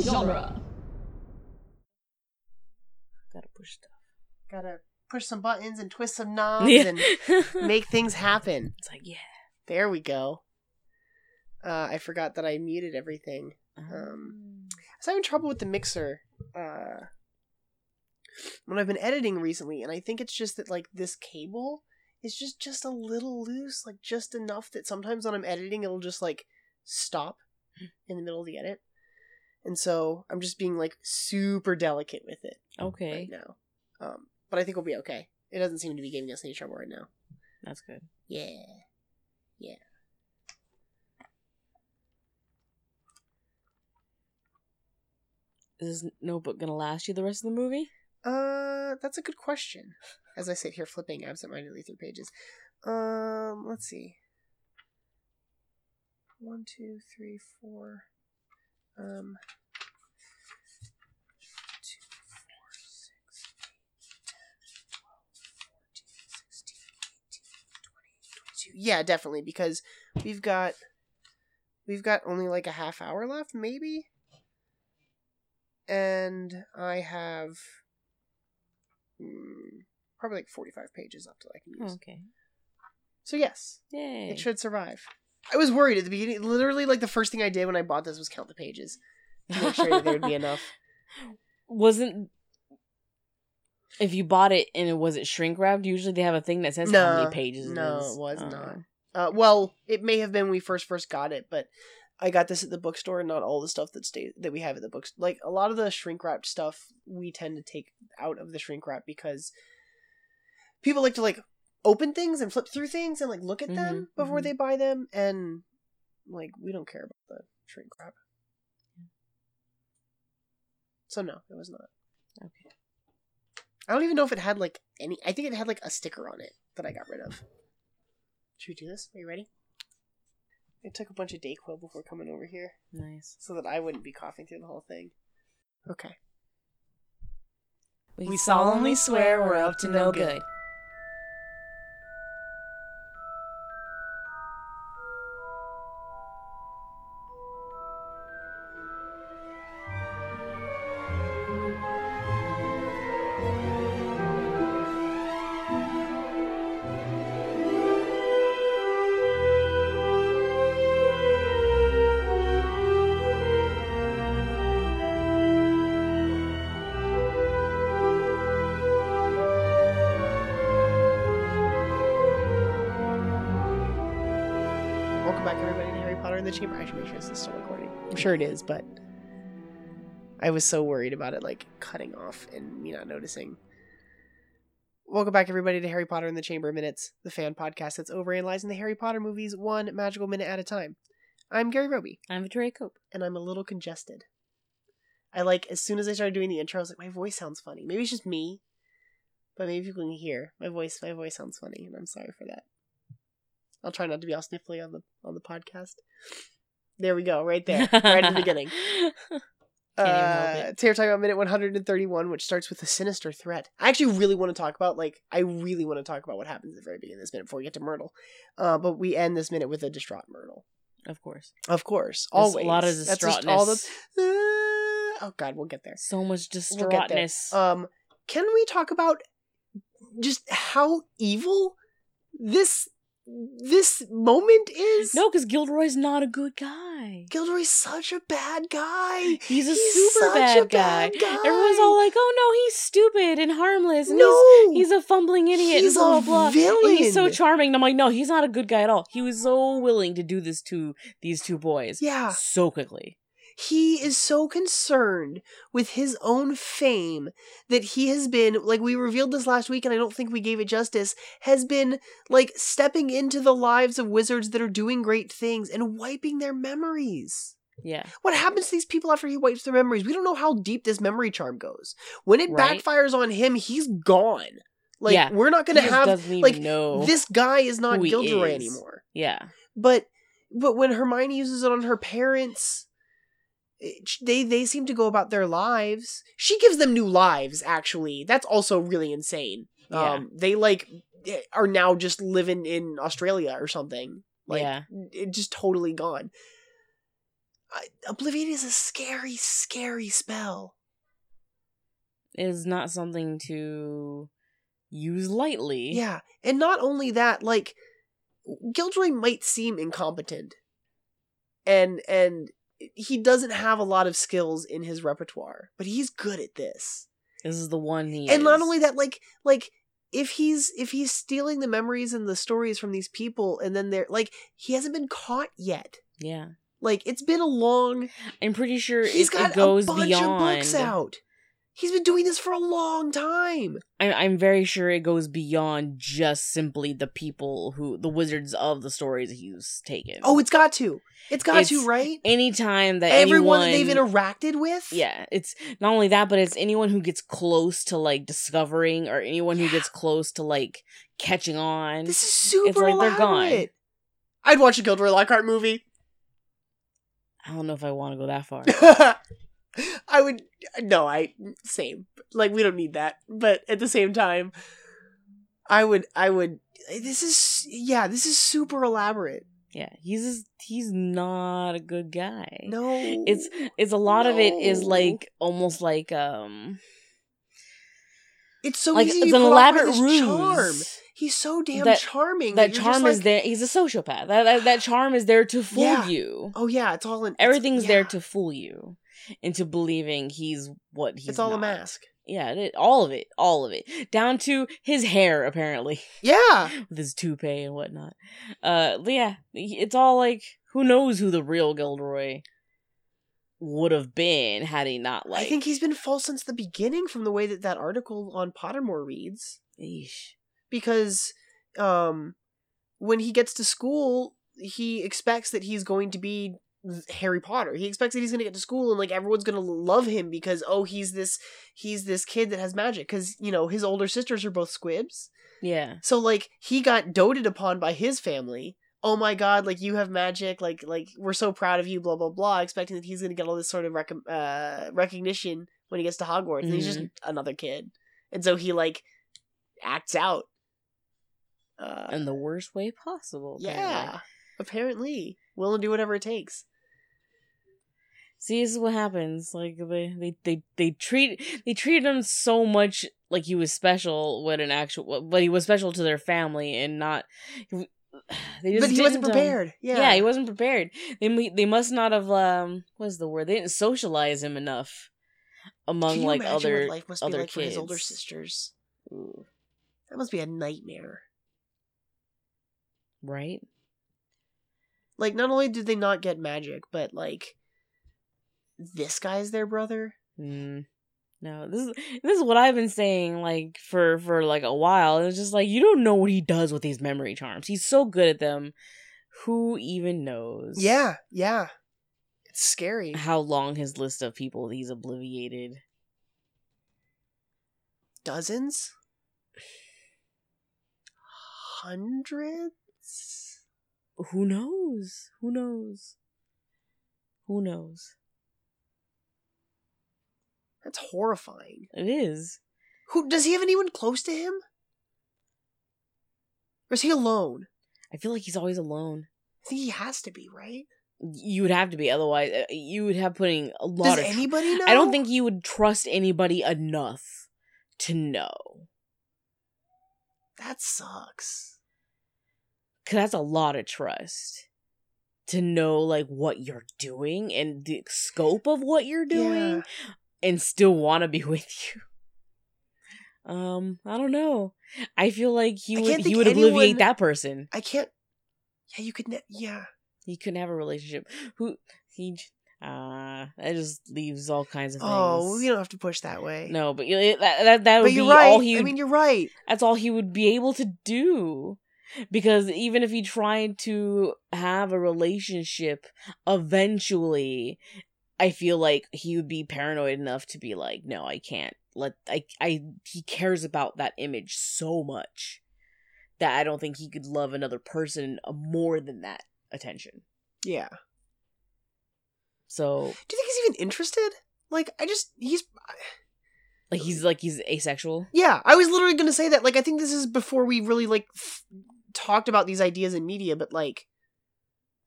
genre. Gotta push stuff. Gotta push some buttons and twist some knobs Yeah. and make things happen. It's like, yeah. There we go. Uh, I forgot that I muted everything. Um, I was having trouble with the mixer uh, when I've been editing recently, and I think it's just that like this cable is just just a little loose, like just enough that sometimes when I'm editing, it'll just like stop Hmm. in the middle of the edit, and so I'm just being like super delicate with it okay. right now. Um, but I think we'll be okay. It doesn't seem to be giving us any trouble right now. That's good. Yeah, yeah. Is this notebook gonna last you the rest of the movie? Uh, that's a good question. As I sit here flipping absentmindedly through pages, um, let's see. One, two, three, four. Um. two, four, six, eight, 10, 12, 14, 16, 18, 20, 22. Yeah, definitely because we've got we've got only like a half hour left, maybe. And I have mm, probably like 45 pages up that I can use. okay. So, yes, Yay. it should survive. I was worried at the beginning. Literally, like the first thing I did when I bought this was count the pages to make sure that there would be enough. Wasn't if you bought it and it wasn't shrink wrapped, usually they have a thing that says how No, many pages it no, is. it was not. Oh. Uh, well, it may have been when we first first got it, but I got this at the bookstore, and not all the stuff that stay that we have at the books. Like a lot of the shrink wrapped stuff, we tend to take out of the shrink wrap because people like to like open things and flip through things and like look at them Mhm, before mhm. they buy them, and like we don't care about the shrink wrap. So no, it was not. Okay. I don't even know if it had like any. I think it had like a sticker on it that I got rid of. Should we do this? Are you ready? I took a bunch of Dayquil before coming over here Nice. so that I wouldn't be coughing through the whole thing. Okay. We, solemnly swear we're up to no good. Welcome back, everybody, to Harry Potter in the Chamber. I should make sure this is still recording. I'm sure it is, but I was so worried about it, like, cutting off and me not noticing. Welcome back, everybody, to Harry Potter in the Chamber Minutes, the fan podcast that's overanalyzing the Harry Potter movies one magical minute at a time. I'm Gary Roby. I'm Victoria Cope. and I'm a little congested. I like as soon as I started doing the intro, I was like, my voice sounds funny. Maybe it's just me, but maybe people can hear my voice. My voice sounds funny, and I'm sorry for that. I'll try not to be all sniffly on the on the podcast. There we go, right there, right at the beginning. Can't even help Uh, today we're talking about minute 131, which starts with a sinister threat. I actually really want to talk about, like, I really want to talk about what happens at the very beginning of this minute before we get to Myrtle. Uh, but we end this minute with a distraught Myrtle, Of course. of course. There's Always A lot of That's distraughtness. just all the oh god we'll get there so much We'll get there. distraughtness. um can we talk about just how evil this this moment is no, because Gilroy's not a good guy. gilderoy's such a bad guy He's a He's super such bad, a guy. bad guy. Everyone's all like, "Oh no, he's stupid and harmless." And he's- no He's a fumbling idiot. He's and blah, blah, a blah. And he's so villain. charming. And I'm like, no, he's not a good guy at all. He was so willing to do this to these two boys yeah so quickly. he is so concerned with his own fame that he has been like we revealed this last week and i don't think we gave it justice has been like stepping into the lives of wizards that are doing great things and wiping their memories Yeah. What happens to these people after he wipes their memories? We don't know how deep this memory charm goes. When it Right. backfires on him, he's gone. Like Yeah. we're not going to He just have doesn't even like, know. this guy is not who he Gilderoy is. anymore. yeah. But but when Hermione uses it on her parents, it, they they seem to go about their lives. She gives them new lives. Actually, that's also really insane. Yeah. Um, they like eh, are now just living in Australia or something. Like yeah. it just totally gone. I, Obliviate is a scary, scary spell. is not something to use lightly. Yeah, and not only that, like Giljoy might seem incompetent, and and he doesn't have a lot of skills in his repertoire, but he's good at this. This is the one he and not is. only that, like like if he's if he's stealing the memories and the stories from these people, and then they're like he hasn't been caught yet. Yeah. Like it's been a long. I'm pretty sure it, He's it got goes a bunch beyond of books out. He's been doing this for a long time. I, I'm very sure it goes beyond just simply the people who the wizards of the stories he's taken. Oh, it's got to. It's got It's to, right? anytime that Everyone that anyone, they've interacted with. yeah, it's not only that, but it's anyone who gets close to like discovering or anyone who Yeah. gets close to like catching on. This is super It's like they're gone. elaborate. I'd watch a Gilderoy Lockhart movie. I don't know if I want to go that far. I would no, I same. Like we don't need that, but at the same time, I would. I would. This is yeah. This is super elaborate. yeah, he's just, he's not a good guy. No, It's it's a lot of it is No. like almost like um it's so like easy. it's to an put off by elaborate this ruse. Charm. He's so damn That- charming. that you're charm just is like, there. He's a sociopath. That that, that charm is there to fool Yeah. you. Oh yeah, it's all in it's- Everything's there yeah, to fool you into believing he's what he's. It's all not. a mask. Yeah, it, all of it, all of it, down to his hair apparently Yeah, with his toupee and whatnot. Uh, yeah, he- it's all like who knows who the real Gilderoy would have been had he not like. I think he's been false since the beginning from the way that that article on Pottermore reads. Eesh. because um when he gets to school he expects that he's going to be Harry Potter. He expects that he's going to get to school and like everyone's going to love him because oh he's this he's this kid that has magic cuz you know his older sisters are both squibs. Yeah, So like he got doted upon by his family. Oh my god, like you have magic, like like we're so proud of you blah blah blah expecting that he's going to get all this sort of rec- uh recognition when he gets to Hogwarts. And he's just Mm-hmm. another kid. And so he like acts out. Uh, in the worst way possible. apparently. yeah. Apparently, willing to do whatever it takes. See, this is what happens. Like they, they, they, they treat they treated him so much like he was special when an actual, but he was special to their family and not. They just But he wasn't didn't, um, prepared. yeah. yeah. he wasn't prepared. They mu- they must not have um what's the word? They didn't socialize him enough among Can you like imagine other. what life must other be like for his older kids. sisters? That must be a nightmare. Right? Like, not only did they not get magic, but like this guy's their brother. Mm. No, this is this is what I've been saying like for for like a while. It's just like you don't know what he does with these memory charms. He's so good at them. Who even knows? Yeah, yeah. It's scary. How long his list of people he's obliviated? Dozens? Hundreds? Who knows? Who knows? Who knows? That's horrifying. It is. Who does he have anyone close to him? Or is he alone? I feel like he's always alone. I think he has to be, right? You would have to be otherwise. uh, You would have putting a lot Does of. tr- anybody know? I don't think you would trust anybody enough to know. that sucks. because that's a lot of trust to know like what you're doing and the scope of what you're doing Yeah. and still want to be with you um i don't know i feel like he I can't would he think would obliviate anyone- that person I can't. Yeah, you could. Ne- yeah, he couldn't have a relationship who he j- uh that just leaves all kinds of things Oh, we don't have to push that way. no but you- it- that that, that would but be you're right. all he I would mean, you're right. that's all he would be able to do because even if he tried to have a relationship eventually i feel like he would be paranoid enough to be like no i can't let i i he cares about that image so much that i don't think he could love another person more than that attention Yeah. so Do you think he's even interested? Like, I just he's. like he's like he's asexual Yeah, I was literally gonna say that. Like, I think this is before we really like f- talked about these ideas in media, but like,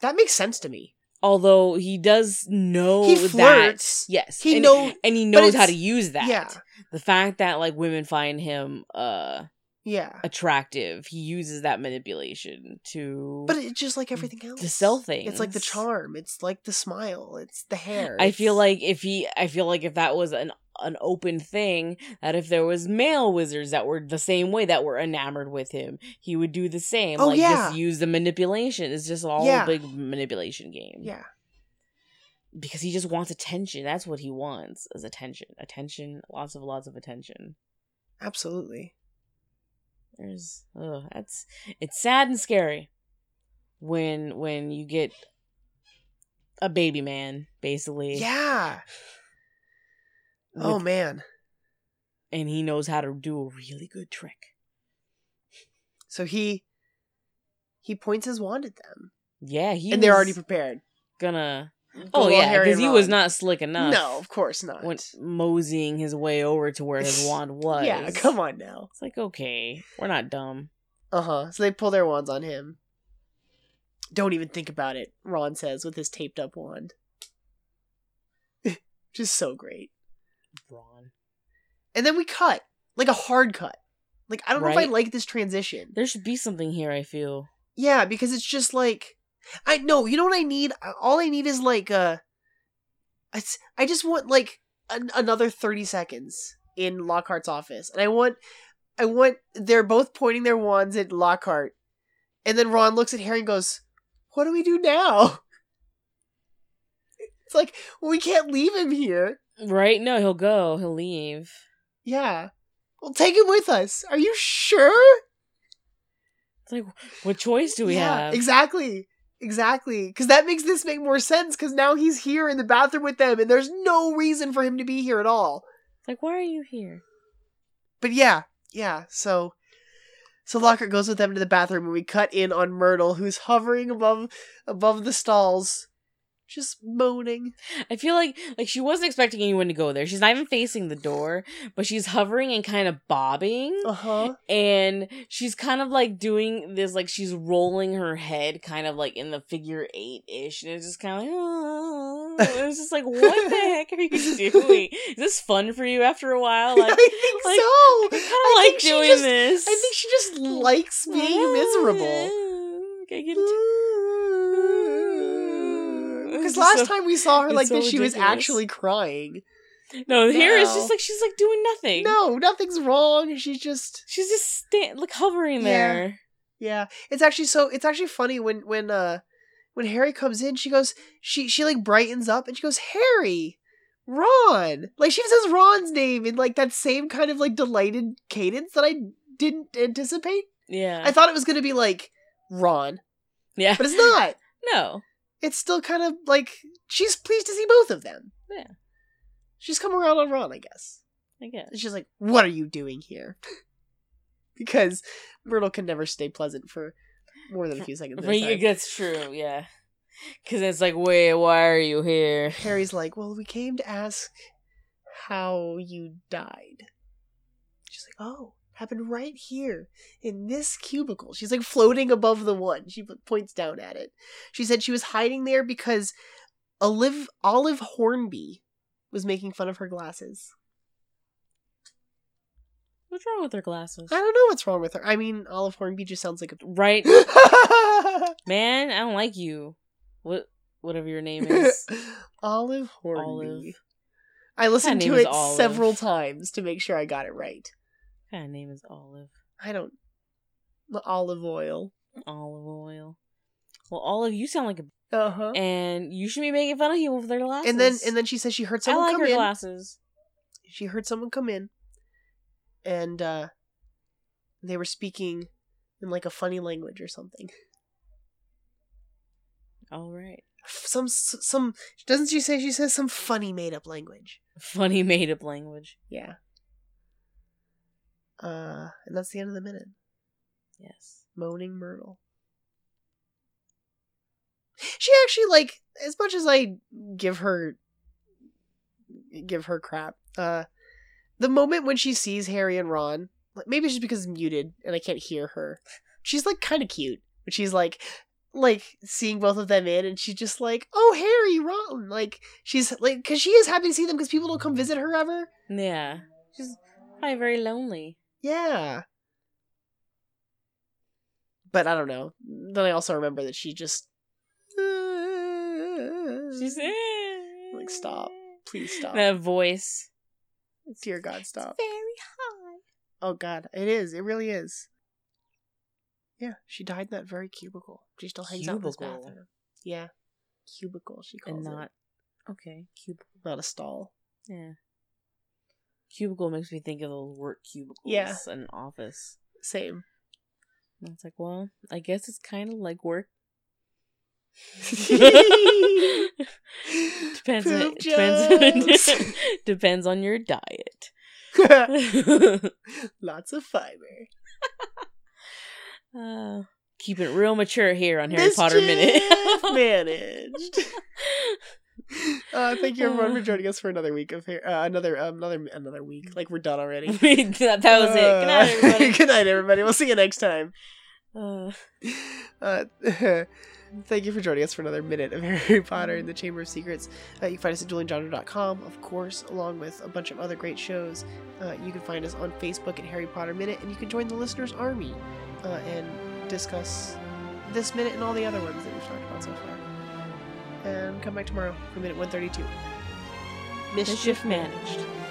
that makes sense to me. although he does know he Oh, that flirts. yes He and, knows. and he but knows how it's- to use that Yeah, the fact that like women find him uh yeah. attractive he uses that manipulation to But it's just like everything else. to sell It's like the things. charm. It's like the smile. It's the hair. I feel it's- like if he, I feel like if that was an an open thing, that if there was male wizards that were the same way that were enamored with him, he would do the same. Oh, like yeah. just use the manipulation. It's just all Yeah. a big manipulation game. Yeah. Because he just wants attention. That's what he wants is attention. Attention. Lots of lots of attention. Absolutely. There's ugh, that's it's sad and scary when when you get a baby man, basically. Yeah. with Oh man. and he knows how to do a really good trick. So he he points his wand at them, Yeah, he and they're was already prepared. gonna. Go Oh all yeah, Harry because and he was Ron. not slick enough. No, of course not. when moseying his way over to where his wand was. Yeah, come on now. It's like okay, we're not dumb. Uh huh. So they pull their wands on him. Don't even think about it, Ron says with his taped up wand. Just so great. Ron, And then we cut. Like a hard cut. Like, I don't know if Right? I like this transition. there should be something here. I feel Yeah, because it's just like I no, you know what I need? All I need is like uh it's, I just want like an, another 30 seconds in Lockhart's office. And I want I want they're both pointing their wands at Lockhart. And then Ron looks at Harry and goes, "What do we do now?" It's like we can't leave him here. right. No, he'll go. He'll leave. Yeah. Well, take him with us. Are you sure? It's like what choice do we have? Exactly. Exactly. Because that makes this make more sense because now he's here in the bathroom with them and there's no reason for him to be here at all. It's like why are you here? But yeah, yeah. So. So Lockhart goes with them to the bathroom, and we cut in on Myrtle, who's hovering above above the stalls, just moaning. I feel like like she wasn't expecting anyone to go there. She's not even facing the door, but she's hovering and kind of bobbing. Uh huh. and she's kind of like doing this like she's rolling her head kind of like in the figure eight ish and it's just kind of like oh it was just like what the heck are you doing is this fun for you after a while like I think like- so. i I kind of think like she doing just- this Ah, I think she just likes being miserable. Okay, get it. Because It's last so- time we saw her it's like so this, she was ridiculous. actually crying. no here it's No. just like she's like doing nothing No, nothing's wrong. She's just she's just stand like hovering Yeah. there yeah. It's actually so. It's actually funny when when uh when Harry comes in, she goes she she like brightens up and she goes Harry, Ron. Like she says Ron's name in like that same kind of like delighted cadence that I didn't anticipate. yeah I thought it was gonna be like Ron, yeah but it's not. no it's still kind of like she's pleased to see both of them. Yeah. She's come around on Ron, I guess. i guess And she's like, What are you doing here? because Myrtle can never stay pleasant for more than a few seconds. at a Right, time. that's true, yeah. Because it's like, wait, why are you here? Harry's like, Well, we came to ask how you died. She's like, Oh, happened right here in this cubicle. She's like floating above the one. She points down at it. She said she was hiding there because Olive Olive Hornby was making fun of her glasses. What's wrong with her glasses? I don't know what's wrong with her. I mean, Olive Hornby just sounds like Right, a man, I don't like you. What, whatever your name is. Olive Hornby. Olive. I listened name to is it Olive. several times to make sure I got it right. What kind of name is olive? I don't. The olive oil. Olive oil. Well, olive, you sound like a. Uh huh. And you should be making fun of people for their glasses. And then and then she says she heard I someone like come her in. glasses. She heard someone come in, and uh, they were speaking in like a funny language or something. All right. Some some doesn't she say she says some funny made up language? Funny made up language. Yeah. Uh, and that's the end of the minute. Yes. Moaning Myrtle. She actually like as much as I give her give her crap. Uh the moment when she sees Harry and Ron, like maybe it's just because it's muted and I can't hear her. She's like kind of cute, but she's like like seeing both of them in, and she's just like, "Oh, Harry, Ron!" Like she's like, because she is happy to see them because people don't come visit her ever. Yeah. She's probably very lonely. Yeah. But I don't know. Then I also remember that she just. She's Mm-hmm. Like, stop. Please stop. That voice. Dear God, stop. Very high. Oh God, it is. It really is. Yeah, she died in that very cubicle. She still hangs out in this Cubicle. bathroom. Yeah, cubicle. She calls And not not okay. Cubicle. not a stall. Yeah. Cubicle makes me think of those work cubicles Yeah. in an office. Same. And it's like, well, I guess it's kind of like work. depends. On, Poop depends. jokes. depends on your diet. Uh, Lots of fiber. uh, keep it real mature here on Harry Potter Mischief Minute. managed. Uh, thank you everyone for joining us for another week of here. Uh, another um, another another week. Like we're done already. that, that was it. Good night, Uh, everybody. Good night, everybody. We'll see you next time. Uh, Uh, thank you for joining us for another minute of Harry Potter and the Chamber of Secrets. Uh, you can find us at duelinggenre.com, of course, along with a bunch of other great shows. Uh, you can find us on Facebook at Harry Potter Minute, and you can join the listeners' army uh, and discuss this minute and all the other ones that we've talked about so far. And come back tomorrow for minute 132. mischief managed.